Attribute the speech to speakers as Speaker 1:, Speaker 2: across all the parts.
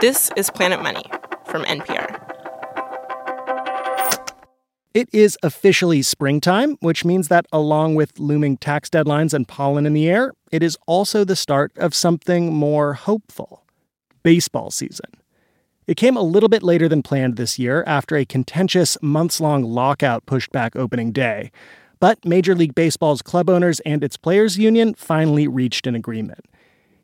Speaker 1: This is Planet Money from NPR.
Speaker 2: It is officially springtime, which means that along with looming tax deadlines and pollen in the air, it is also the start of something more hopeful baseball season. It came a little bit later than planned this year after a contentious months long lockout pushed back opening day. But Major League Baseball's club owners and its players' union finally reached an agreement.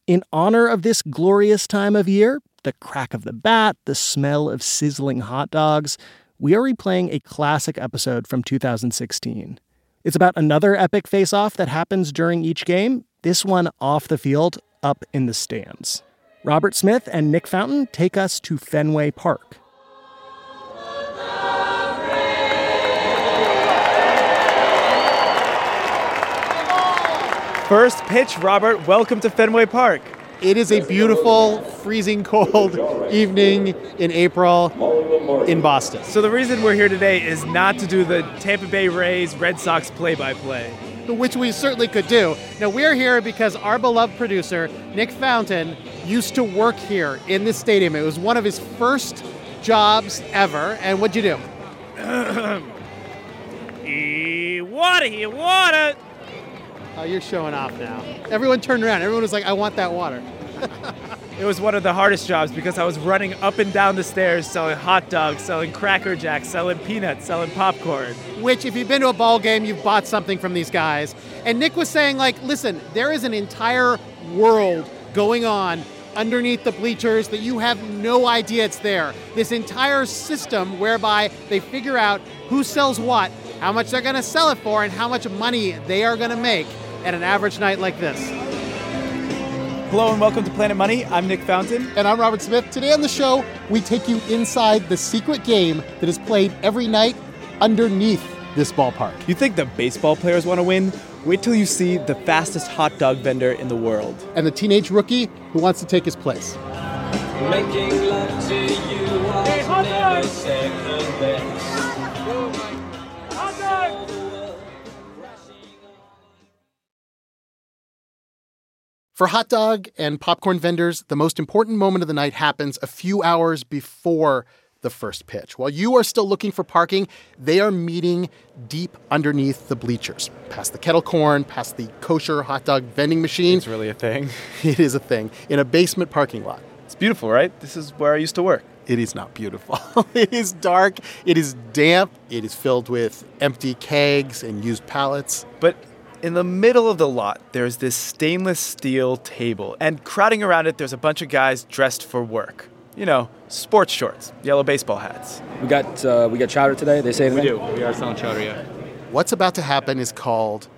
Speaker 2: In honor of this glorious time of year, the crack of the bat, the smell of sizzling hot dogs, we are replaying a classic episode from 2016. It's about another epic face off that happens during each game, this one off the field, up in the stands. Robert Smith and Nick Fountain take us to Fenway Park.
Speaker 3: First pitch, Robert. Welcome to Fenway Park.
Speaker 4: It is a beautiful, freezing cold evening in April in Boston.
Speaker 3: So, the reason we're here today is not to do the Tampa Bay Rays Red Sox play by play.
Speaker 4: which we certainly could do. Now, we're here because our beloved producer, Nick Fountain, used to work here in this stadium. It was one of his first jobs ever. And what'd you do?
Speaker 3: Water, you water.
Speaker 4: Oh, you're showing off now. Everyone turned around. Everyone was like, I want that water.
Speaker 3: It was one of the hardest jobs because I was running up and down the stairs selling hot dogs, selling Cracker Jacks, selling peanuts, selling popcorn.
Speaker 4: which if you've been to a ball game you've bought something from these guys and nick was saying like listen there is an entire world going on underneath the bleachers that you have no idea it's there this entire system whereby they figure out who sells what how much they're going to sell it for and how much money they are going to make at an average night like this
Speaker 3: Hello and welcome to Planet Money. I'm Nick Fountain.
Speaker 4: and i'm robert smith today on the show we take you inside the secret game that is played every night underneath this ballpark
Speaker 3: You think the baseball players want to win? Wait till you see the fastest hot dog vendor in the world.
Speaker 4: and the teenage rookie who wants to take his place
Speaker 5: Making love to you was never second best.
Speaker 4: For hot dog and popcorn vendors, the most important moment of the night happens a few hours before the first pitch. While you are still looking for parking, they are meeting deep underneath the bleachers, past the kettle corn, past the kosher hot dog vending machine.
Speaker 3: It's really a thing.
Speaker 4: It is a thing in a basement parking lot.
Speaker 3: It's beautiful, right? This is where I used to work.
Speaker 4: It is not beautiful. it is dark, it is damp, it is filled with empty kegs and used pallets.
Speaker 3: But in the middle of the lot, there's this stainless steel table, and crowding around it, there's a bunch of guys dressed for work. You know, sports shorts, yellow baseball hats.
Speaker 6: We got uh, we got chowder today. They say anything?
Speaker 3: We are selling chowder, yeah.
Speaker 4: What's about to happen is called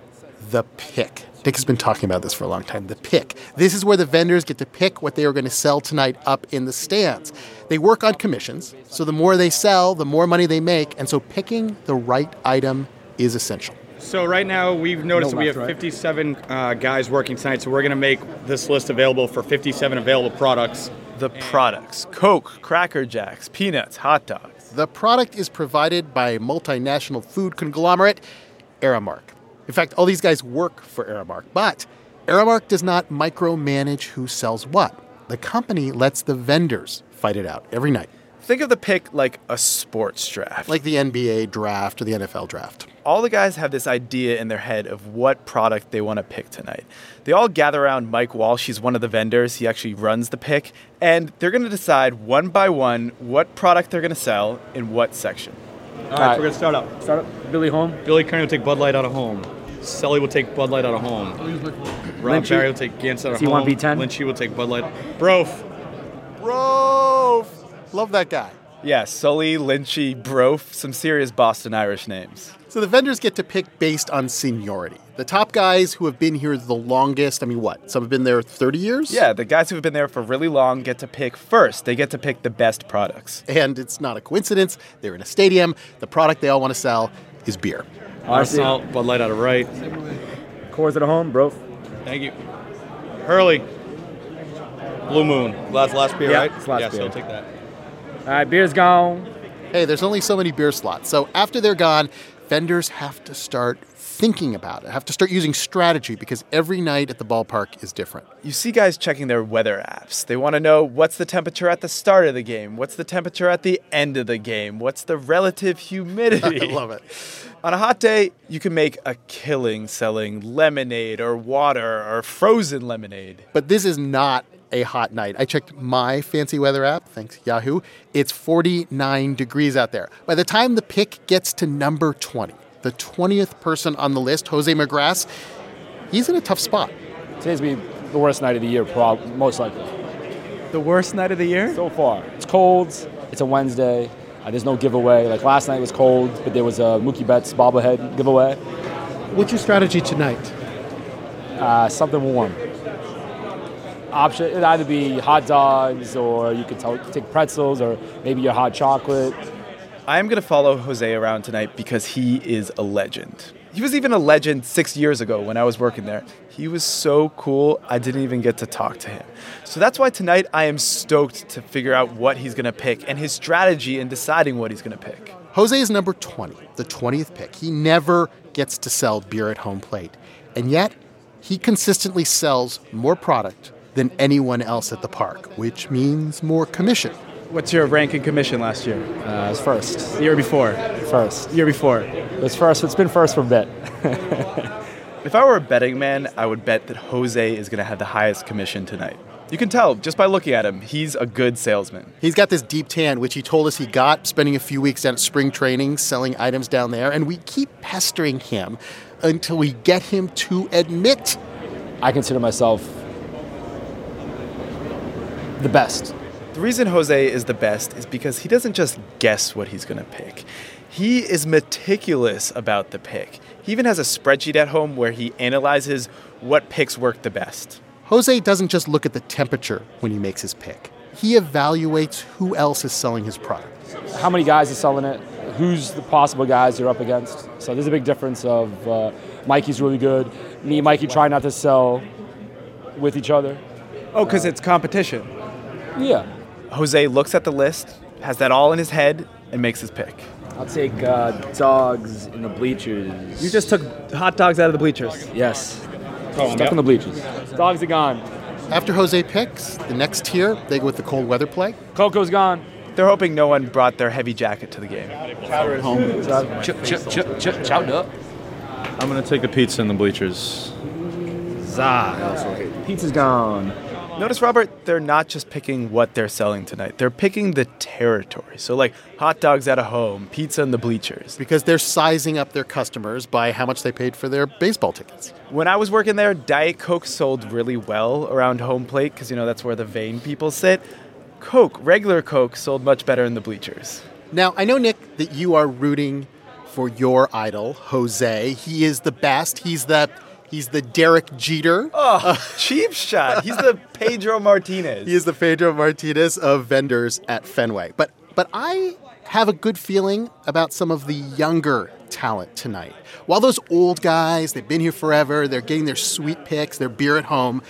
Speaker 4: the pick. Nick has been talking about this for a long time. The pick. This is where the vendors get to pick what they are going to sell tonight up in the stands. They work on commissions, so the more they sell, the more money they make, and so picking the right item is essential.
Speaker 7: So right now we've noticed
Speaker 6: No
Speaker 7: that we
Speaker 6: left,
Speaker 7: have
Speaker 6: right?
Speaker 7: 57 uh, guys working tonight. So we're going to make this list available for 57 available products.
Speaker 3: The products Coke, Cracker Jacks, peanuts, hot dogs.
Speaker 4: The product is provided by multinational food conglomerate Aramark. In fact, all these guys work for Aramark, but Aramark does not micromanage who sells what. The company lets the vendors fight it out every night.
Speaker 3: Think of the pick like a sports draft.
Speaker 4: like the NBA draft or the NFL draft.
Speaker 3: all the guys have this idea in their head of what product they want to pick tonight. They all gather around Mike Walsh. He's one of the vendors. He actually runs the pick. And they're going to decide one by one what product they're going to sell in what section.
Speaker 7: All right, so we're going to start up.
Speaker 6: Start up Billy Home.
Speaker 7: Billy Kearney will take Bud Light out of home. Sully will take Bud Light out of
Speaker 6: Oh,
Speaker 7: home. Ron
Speaker 6: Lynchy.
Speaker 7: Barry will take Gantz out of
Speaker 6: Does he
Speaker 7: home.
Speaker 6: want B10?
Speaker 7: Lynchy will take Bud Light.
Speaker 6: Oh,
Speaker 7: Brof.
Speaker 4: Bro, love that guy.
Speaker 3: Yeah, Sully, Lynchy, Brof, some serious Boston Irish names.
Speaker 4: So the vendors get to pick based on seniority. The top guys who have been here the longest, I mean, what? Some have been there 30 years?
Speaker 3: Yeah, the guys who've been there for really long get to pick first. They get to pick the best products.
Speaker 4: And it's not a coincidence. They're in a stadium. The product they all want to sell is beer.
Speaker 6: RC.
Speaker 7: Salt. Bud Light out of right.
Speaker 6: Coors at home, bro.
Speaker 7: Thank you. Hurley. Blue Moon. Glass last beer,
Speaker 6: Yeah,
Speaker 7: right?
Speaker 6: it's last
Speaker 7: yeah, so
Speaker 6: beer.
Speaker 7: he'll take that.
Speaker 6: All right, beer's gone.
Speaker 4: Hey, there's only so many beer slots. So after they're gone, vendors have to start thinking about it. I have to start using strategy because every night at the ballpark is different.
Speaker 3: You see guys checking their weather apps. They want to know what's the temperature at the start of the game, what's the temperature at the end of the game, what's the relative humidity.
Speaker 4: I love it.
Speaker 3: On a hot day, you can make a killing selling lemonade or water or frozen lemonade.
Speaker 4: But this is not a hot night. I checked my fancy weather app, thanks Yahoo. It's 49 degrees out there. By the time the pick gets to number 20, the 20th person on the list, Jose McGrath, he's in a tough spot.
Speaker 6: Today's gonna be the worst night of the year, prob- most likely.
Speaker 8: The worst night of the year?
Speaker 6: So far, it's cold. It's a Wednesday. Uh, there's no giveaway. Like last night was cold, but there was a Mookie Betts bobblehead giveaway.
Speaker 9: What's your strategy tonight?
Speaker 6: Uh, something warm. Option it'd either be hot dogs, or you could t- take pretzels, or maybe your hot chocolate.
Speaker 3: I am going to follow Jose around tonight because he is a legend. He was even a legend six years ago when I was working there. He was so cool, I didn't even get to talk to him. So that's why tonight I am stoked to figure out what he's going to pick and his strategy in deciding what he's going to pick.
Speaker 4: Jose is number 20, the 20th pick. He never gets to sell beer at home plate. And yet, he consistently sells more product than anyone else at the park, which means more commission.
Speaker 8: What's your rank in commission last year?
Speaker 6: Uh, it's first,
Speaker 8: The year before?
Speaker 6: first.
Speaker 8: The year before.
Speaker 6: It's first. It's been first for a bit.
Speaker 3: If I were a betting man, I would bet that Jose is going to have the highest commission tonight. You can tell just by looking at him, he's a good salesman.
Speaker 4: He's got this deep tan, which he told us he got spending a few weeks down at spring training selling items down there. And we keep pestering him until we get him to admit
Speaker 6: I consider myself the best.
Speaker 3: The reason Jose is the best is because he doesn't just guess what he's going to pick. He is meticulous about the pick. He even has a spreadsheet at home where he analyzes what picks work the best.
Speaker 4: Jose doesn't just look at the temperature when he makes his pick, he evaluates who else is selling his product.
Speaker 6: how many guys are selling it, who's the possible guys you're up against. So there's a big difference of uh, Mikey's really good, me and Mikey try not to sell with each other.
Speaker 8: Oh, because it's competition.
Speaker 6: Yeah.
Speaker 3: Jose looks at the list, has that all in his head, and makes his pick.
Speaker 10: I'll take uh, dogs in the bleachers.
Speaker 8: You just took hot dogs out of the bleachers.
Speaker 6: Yes. Stuck in the bleachers. Dogs are gone.
Speaker 4: After Jose picks, the next tier, they go with the cold weather play.
Speaker 6: Coco's gone.
Speaker 3: They're hoping no one brought their heavy jacket to the game.
Speaker 10: Chip, chip, chip, chip, chowed up.
Speaker 7: I'm gonna take the pizza in the bleachers.
Speaker 10: Pizza's gone.
Speaker 3: Notice, Robert, they're not just picking what they're selling tonight, they're picking the territory. So, like hot dogs at a home, pizza in the bleachers.
Speaker 4: because they're sizing up their customers by how much they paid for their baseball tickets.
Speaker 3: When I was working there, Diet Coke sold really well around home plate because, you know, that's where the vain people sit. Coke, regular Coke, sold much better in the bleachers.
Speaker 4: Now, I know, Nick, that you are rooting for your idol, Jose. He is the best. He's the he's the Derek Jeter.
Speaker 3: Oh, cheap shot. He's the Pedro Martinez.
Speaker 4: He is the Pedro Martinez of vendors at Fenway. But but I have a good feeling about some of the younger talent tonight. While those old guys, they've been here forever, they're getting their sweet picks, their beer at home.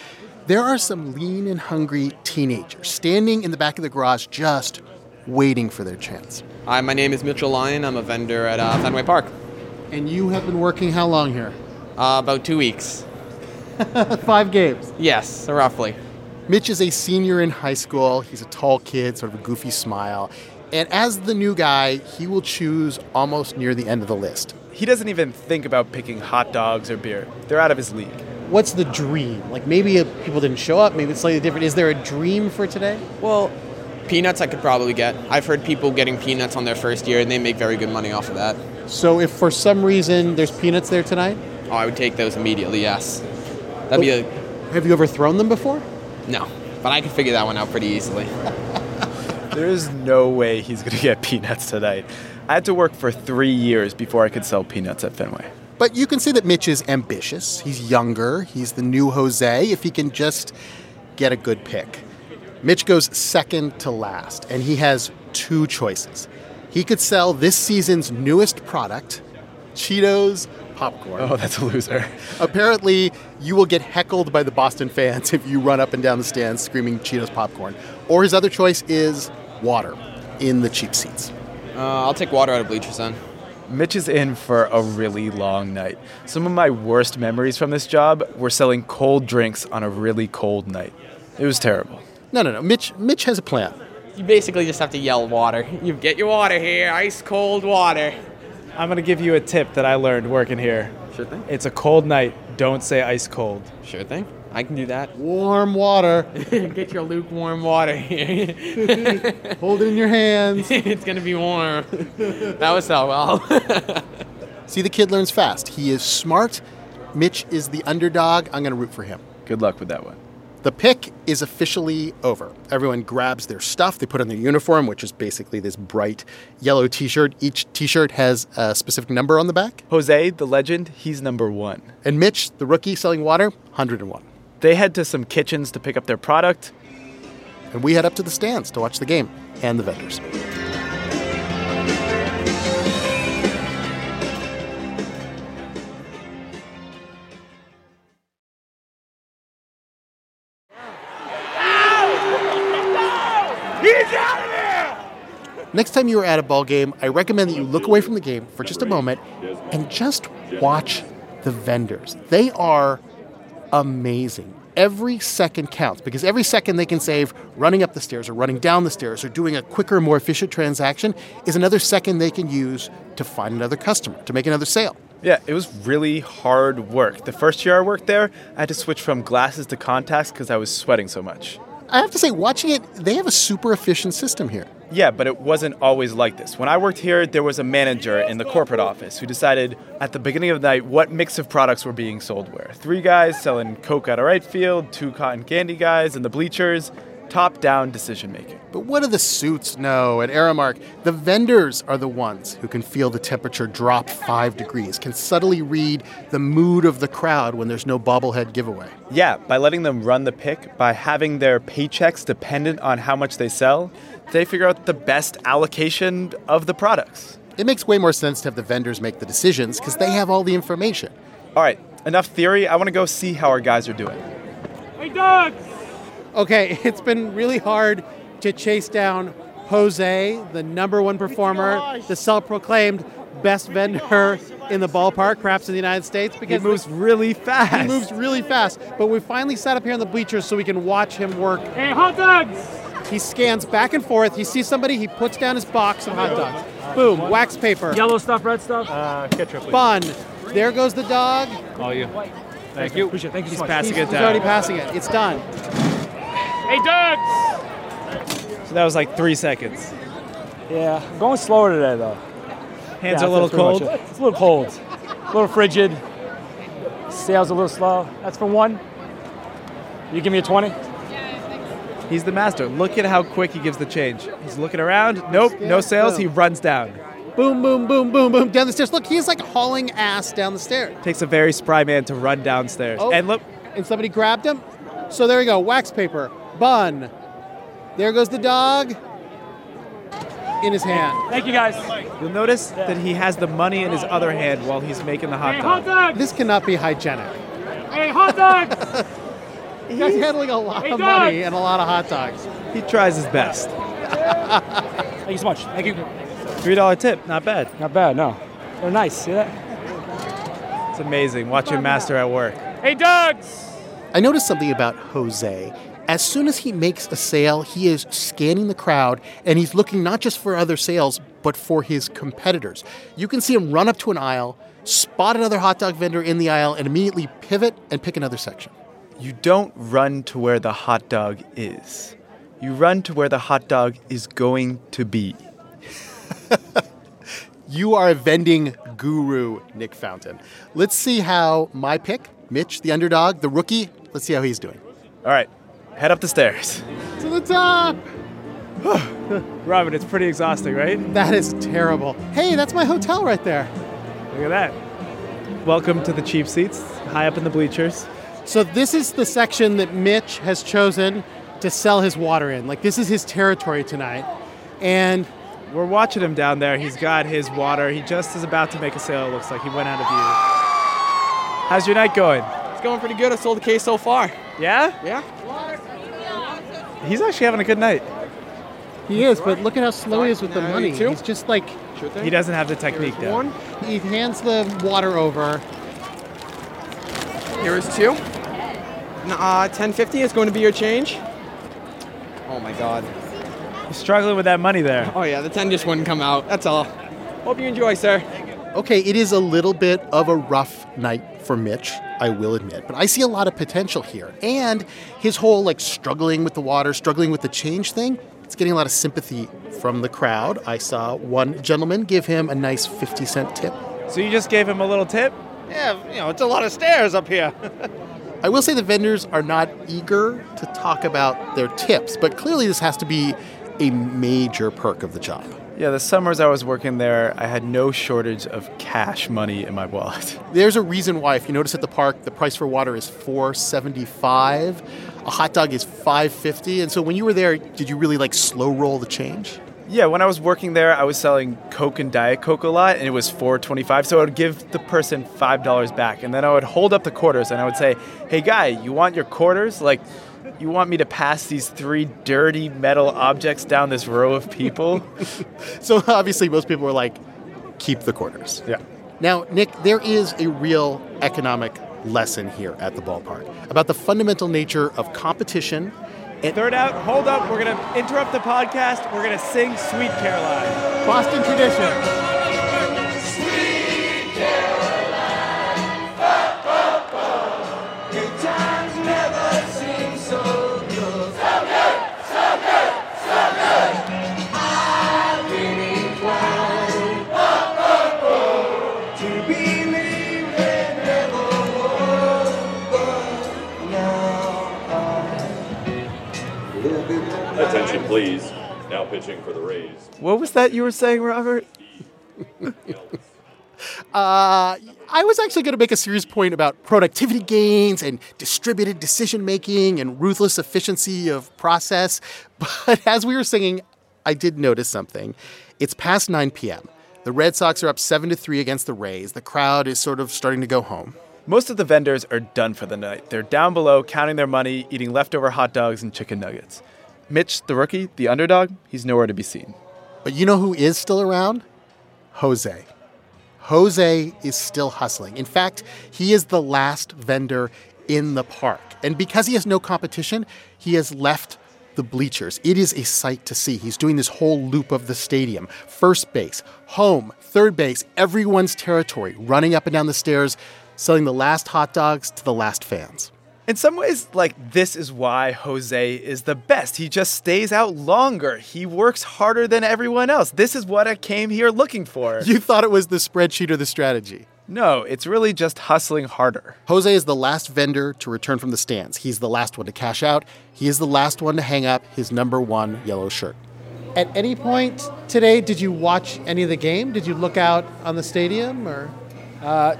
Speaker 4: There are some lean and hungry teenagers standing in the back of the garage just waiting for their chance.
Speaker 11: Hi, my name is Mitchell Lyon. I'm a vendor at uh, Fenway Park.
Speaker 9: And you have been working how long here?
Speaker 11: Uh, about two weeks.
Speaker 9: Five games.
Speaker 11: Yes, roughly.
Speaker 4: Mitch is a senior in high school. He's a tall kid, sort of a goofy smile. And as the new guy, he will choose almost near the end of the list.
Speaker 3: He doesn't even think about picking hot dogs or beer. They're out of his league.
Speaker 9: What's the dream? Like maybe uh, people didn't show up, maybe it's slightly different. Is there a dream for today?
Speaker 11: Well, peanuts I could probably get. I've heard people getting peanuts on their first year, and they make very good money off of that.
Speaker 9: So if for some reason there's peanuts there tonight,
Speaker 11: Oh, I would take those immediately. Yes, that'd be a
Speaker 9: have you ever thrown them before?
Speaker 11: no, but I could figure that one out pretty easily.
Speaker 3: There is no way he's going to get peanuts tonight. I had to work for three years before I could sell peanuts at Fenway.
Speaker 4: But you can see that Mitch is ambitious. He's younger. He's the new Jose if he can just get a good pick. Mitch goes second to last, and he has two choices. He could sell this season's newest product, Cheetos popcorn.
Speaker 3: Oh, that's a loser.
Speaker 4: Apparently, you will get heckled by the Boston fans if you run up and down the stands screaming Cheetos popcorn. Or his other choice is water in the cheap seats.
Speaker 11: Uh, I'll take water out of bleachers then.
Speaker 3: Mitch is in for a really long night. Some of my worst memories from this job were selling cold drinks on a really cold night. It was terrible.
Speaker 4: No, no, no. Mitch, Mitch has a plan.
Speaker 11: You basically just have to yell water. You get your water here, ice cold water.
Speaker 8: I'm gonna give you a tip that I learned working here. Sure thing. It's a cold night. Don't say ice cold.
Speaker 11: Sure thing. I can do that.
Speaker 9: Warm water.
Speaker 11: get your lukewarm water here.
Speaker 9: Hold it in your hands.
Speaker 11: it's gonna be warm. That was so well.
Speaker 4: See, the kid learns fast. He is smart. Mitch is the underdog. I'm going to root for him.
Speaker 3: Good luck with that one.
Speaker 4: The pick is officially over. Everyone grabs their stuff. They put on their uniform, which is basically this bright yellow t shirt. Each t shirt has a specific number on the back.
Speaker 3: Jose, the legend, he's number one.
Speaker 4: And Mitch, the rookie selling water, 101.
Speaker 3: They head to some kitchens to pick up their product.
Speaker 4: And we head up to the stands to watch the game and the vendors. Next time you are at a ball game, I recommend that you look away from the game for just a moment and just watch the vendors. They are amazing. Every second counts because every second they can save running up the stairs or running down the stairs or doing a quicker, more efficient transaction is another second they can use to find another customer, to make another sale.
Speaker 3: Yeah, it was really hard work. The first year I worked there, I had to switch from glasses to contacts because I was sweating so much.
Speaker 4: I have to say, watching it, they have a super efficient system here.
Speaker 3: Yeah, but it wasn't always like this. When I worked here, there was a manager in the corporate office who decided at the beginning of the night what mix of products were being sold where. Three guys selling Coke out of right field, two cotton candy guys in the bleachers. Top down decision making.
Speaker 4: But what do the suits know at Aramark? The vendors are the ones who can feel the temperature drop five degrees, can subtly read the mood of the crowd when there's no bobblehead giveaway.
Speaker 3: Yeah, by letting them run the pick, by having their paychecks dependent on how much they sell, they figure out the best allocation of the products.
Speaker 4: It makes way more sense to have the vendors make the decisions because they have all the information.
Speaker 3: All right, enough theory. I want to go see how our guys are doing.
Speaker 9: Hey, Doug! Okay, it's been really hard to chase down Jose, the number one performer, the self proclaimed best vendor in the ballpark, perhaps in the United States, because
Speaker 3: He moves really fast.
Speaker 9: He moves really fast. But we finally sat up here in the bleachers so we can watch him work.
Speaker 12: Hey, hot dogs!
Speaker 9: He scans back and forth. He sees somebody, he puts down his box of hot dogs. Boom, wax paper.
Speaker 12: Yellow stuff, red stuff. Uh, ketchup. Please.
Speaker 9: Bun. There goes the dog.
Speaker 12: Call you. Thank you. Appreciate it. Thank you. He's
Speaker 9: He's, he's already passing it. It's done.
Speaker 12: Hey, Doug!
Speaker 8: So that was like three seconds.
Speaker 6: Yeah, I'm going slower today though.
Speaker 8: Hands
Speaker 6: Yeah,
Speaker 8: are a little
Speaker 6: that's pretty much
Speaker 8: cold.
Speaker 6: it. It's a little cold, a little frigid. Sales a little slow. That's for one. You give me a twenty.
Speaker 8: He's the master. Look at how quick he gives the change. He's looking around. Nope, no sales. He runs down.
Speaker 9: Boom, boom, boom, boom, boom, down the stairs. Look, he's like hauling ass down the stairs.
Speaker 8: Takes a very spry man to run downstairs.
Speaker 9: Oh.
Speaker 8: And look,
Speaker 9: And somebody grabbed him. So there you go, wax paper, bun. There goes the dog in his hand.
Speaker 6: Thank you guys.
Speaker 8: you'll notice that he has the money in his other hand while he's making the hot dog.
Speaker 12: dogs!
Speaker 9: This cannot be hygienic.
Speaker 12: Hey, hot dogs!
Speaker 9: He's handling a lot
Speaker 12: Hey,
Speaker 9: of
Speaker 12: dogs!
Speaker 9: money and a lot of hot dogs.
Speaker 8: He tries his best.
Speaker 6: Thank you so much. Thank you.
Speaker 8: Three dollar tip, not bad.
Speaker 6: Not bad. No, they're nice. See that?
Speaker 8: It's amazing. Watch your master at work.
Speaker 12: Hey, dogs!
Speaker 4: I noticed something about Jose. As soon as he makes a sale, he is scanning the crowd and he's looking not just for other sales, but for his competitors. You can see him run up to an aisle, spot another hot dog vendor in the aisle, and immediately pivot and pick another section.
Speaker 3: You don't run to where the hot dog is. You run to where the hot dog is going to be.
Speaker 4: You are a vending guru, Nick Fountain. Let's see how my pick, Mitch, the underdog, the rookie, let's see how he's doing.
Speaker 3: All right, head up the stairs.
Speaker 9: To the top.
Speaker 8: Robin, it's pretty exhausting, right?
Speaker 9: That is terrible. Hey, that's my hotel right there.
Speaker 8: Look at that. Welcome to the cheap seats, high up in the bleachers.
Speaker 9: So this is the section that Mitch has chosen to sell his water in. Like this is his territory tonight. And
Speaker 8: We're watching him down there. He's got his water. He just is about to make a sale, it looks like. He went out of view. How's your night going?
Speaker 11: It's going pretty good. I sold a case so far.
Speaker 8: Yeah?
Speaker 11: Yeah.
Speaker 8: He's actually having a good night.
Speaker 9: He is, but look at how slow he is with the money.
Speaker 8: two?
Speaker 9: He's just like
Speaker 8: He doesn't have the technique down.
Speaker 9: one. He hands the water over.
Speaker 11: Here is two. N- Uh, 1050 is going to be your change. Oh my god.
Speaker 8: He's struggling with that money there.
Speaker 11: Oh yeah, the 10 just wouldn't come out. That's all. Hope you enjoy, sir.
Speaker 4: Okay, it is a little bit of a rough night for Mitch, I will admit, but I see a lot of potential here. And his whole like struggling with the water, struggling with the change thing, it's getting a lot of sympathy from the crowd. I saw one gentleman give him a nice 50 cent tip.
Speaker 8: So you just gave him a little tip?
Speaker 13: Yeah, you know, it's a lot of stairs up here.
Speaker 4: I will say the vendors are not eager to talk about their tips, but clearly this has to be a major perk of the job.
Speaker 3: Yeah, the summers I was working there, I had no shortage of cash money in my wallet.
Speaker 4: There's a reason why, if you notice at the park, the price for water is four seventy-five. A hot dog is five fifty. And so when you were there, did you really like slow roll the change?
Speaker 3: Yeah, when I was working there, I was selling Coke and Diet Coke a lot, and it was four twenty-five. So I would give the person five dollars back, and then I would hold up the quarters, and I would say, "Hey, guy, you want your quarters? Like, you want me to pass these three dirty metal objects down this row of people?"
Speaker 4: So obviously, most people were like, keep the quarters.
Speaker 3: Yeah.
Speaker 4: Now, Nick, there is a real economic lesson here at the ballpark about the fundamental nature of competition. And
Speaker 8: Third out, hold up. We're going to interrupt the podcast. We're going to sing Sweet Caroline.
Speaker 9: Boston tradition.
Speaker 14: Attention, please. Now pitching for the Rays.
Speaker 3: What was that you were saying, Robert?
Speaker 4: Uh, I was actually going to make a serious point about productivity gains and distributed decision making and ruthless efficiency of process. But as we were singing, I did notice something. It's past 9 p.m. The Red Sox are up 7 to 3 against the Rays. The crowd is sort of starting to go home.
Speaker 3: Most of the vendors are done for the night. They're down below counting their money, eating leftover hot dogs and chicken nuggets. Mitch, the rookie, the underdog, he's nowhere to be seen.
Speaker 4: But you know who is still around? Jose. Jose is still hustling. In fact, he is the last vendor in the park. And because he has no competition, he has left the bleachers. It is a sight to see. He's doing this whole loop of the stadium first base, home, third base, everyone's territory, running up and down the stairs, selling the last hot dogs to the last fans.
Speaker 3: In some ways, like this is why Jose is the best. He just stays out longer. He works harder than everyone else. This is what I came here looking for.
Speaker 4: You thought it was the spreadsheet or the strategy.
Speaker 3: No, it's really just hustling harder.
Speaker 4: Jose is the last vendor to return from the stands. He's the last one to cash out. He is the last one to hang up his number one yellow shirt.
Speaker 9: At any point today, did you watch any of the game? Did you look out on the stadium or?
Speaker 6: Uh,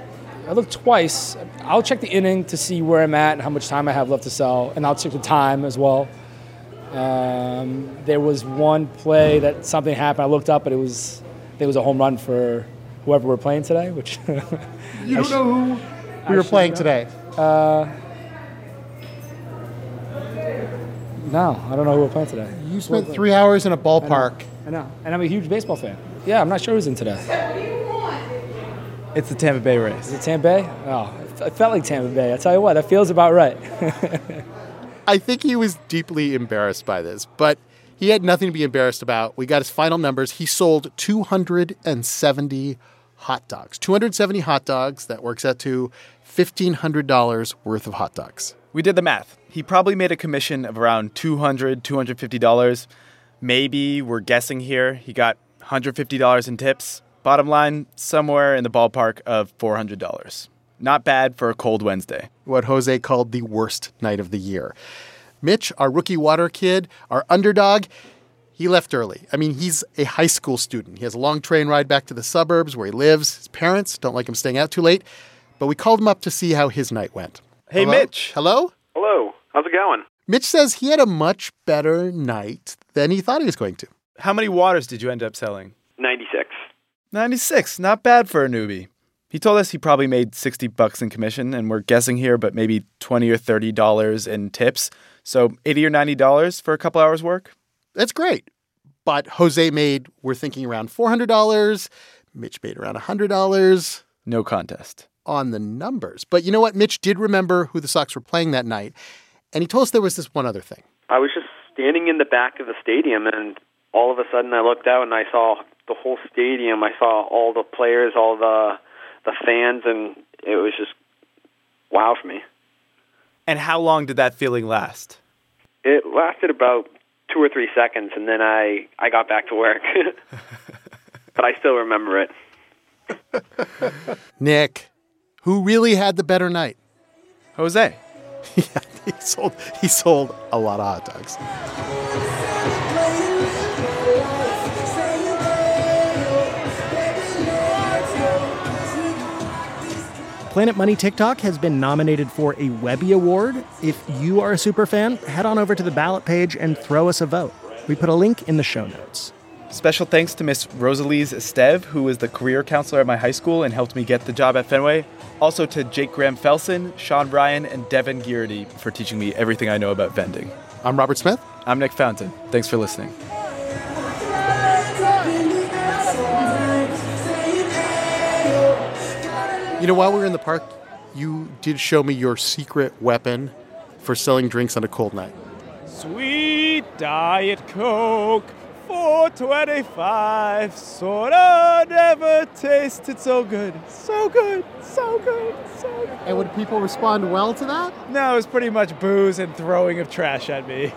Speaker 6: I look twice. I'll check the inning to see where I'm at and how much time I have left to sell, and I'll check the time as well. Um, there was one play that something happened. I looked up, and it was I think it was a home run for whoever we're playing today. Which
Speaker 9: You don't know who we were playing today.
Speaker 6: Uh, no, I don't know who we're playing today.
Speaker 9: You spent three hours in a ballpark.
Speaker 6: I know, and I'm a huge baseball fan. Yeah, I'm not sure who's in today.
Speaker 8: It's the Tampa Bay Rays.
Speaker 6: Is it Tampa Bay? Oh, it fe- it felt like Tampa Bay. I tell you what, that feels about right.
Speaker 4: I think he was deeply embarrassed by this, but he had nothing to be embarrassed about. We got his final numbers. He sold 270 hot dogs. 270 hot dogs. That works out to $1,500 worth of hot dogs.
Speaker 3: We did the math. He probably made a commission of around $200, $250. Maybe we're guessing here. He got $150 in tips. Bottom line, somewhere in the ballpark of $400. Not bad for a cold Wednesday.
Speaker 4: what Jose called the worst night of the year. Mitch, our rookie water kid, our underdog, he left early. I mean, he's a high school student. He has a long train ride back to the suburbs where he lives. His parents don't like him staying out too late, but we called him up to see how his night went.
Speaker 15: Hey,
Speaker 4: Hello?
Speaker 15: Mitch.
Speaker 4: Hello?
Speaker 15: Hello. How's it going?
Speaker 4: Mitch says he had a much better night than he thought he was going to.
Speaker 3: How many waters did you end up selling?
Speaker 15: 96.
Speaker 3: 96, not bad for a newbie. He told us he probably made 60 bucks in commission and we're guessing here but maybe 20 or 30 dollars in tips. So 80 or 90 dollars for a couple hours work.
Speaker 4: That's great. but Jose made, we're thinking around $400. Mitch made around $100.
Speaker 3: No contest.
Speaker 4: On the numbers. But you know what? Mitch did remember who the Sox were playing that night. And he told us there was this one other thing.
Speaker 15: I was just standing in the back of the stadium, and all of a sudden I looked out and I saw the whole stadium. I saw all the players, all the the fans, and it was just wow for me.
Speaker 3: And how long did that feeling last?
Speaker 15: It lasted about two or three seconds, and then I I got back to work. but I still remember it.
Speaker 4: Nick, who really had the better night?
Speaker 3: Jose.
Speaker 4: yeah, he sold, he sold a lot of hot dogs.
Speaker 2: Planet Money TikTok has been nominated for a Webby Award. If you are a superfan, head on over to the ballot page and throw us a vote. We put a link in the show notes.
Speaker 3: Special thanks to Miss Rosalise Estev, who is the career counselor at my high school and helped me get the job at Fenway. Also to Jake Graham Felson, Sean Ryan, and Devin Gearty for teaching me everything I know about vending.
Speaker 4: I'm Robert Smith.
Speaker 3: I'm Nick Fountain. Thanks for listening.
Speaker 4: You know, while we were in the park, you did show me your secret weapon for selling drinks on a cold night.
Speaker 8: Sweet Diet Coke, 425. Soda never tasted so good. So good, so good, so good.
Speaker 9: And would people respond well to that?
Speaker 8: No, it was pretty much booze and throwing of trash at me.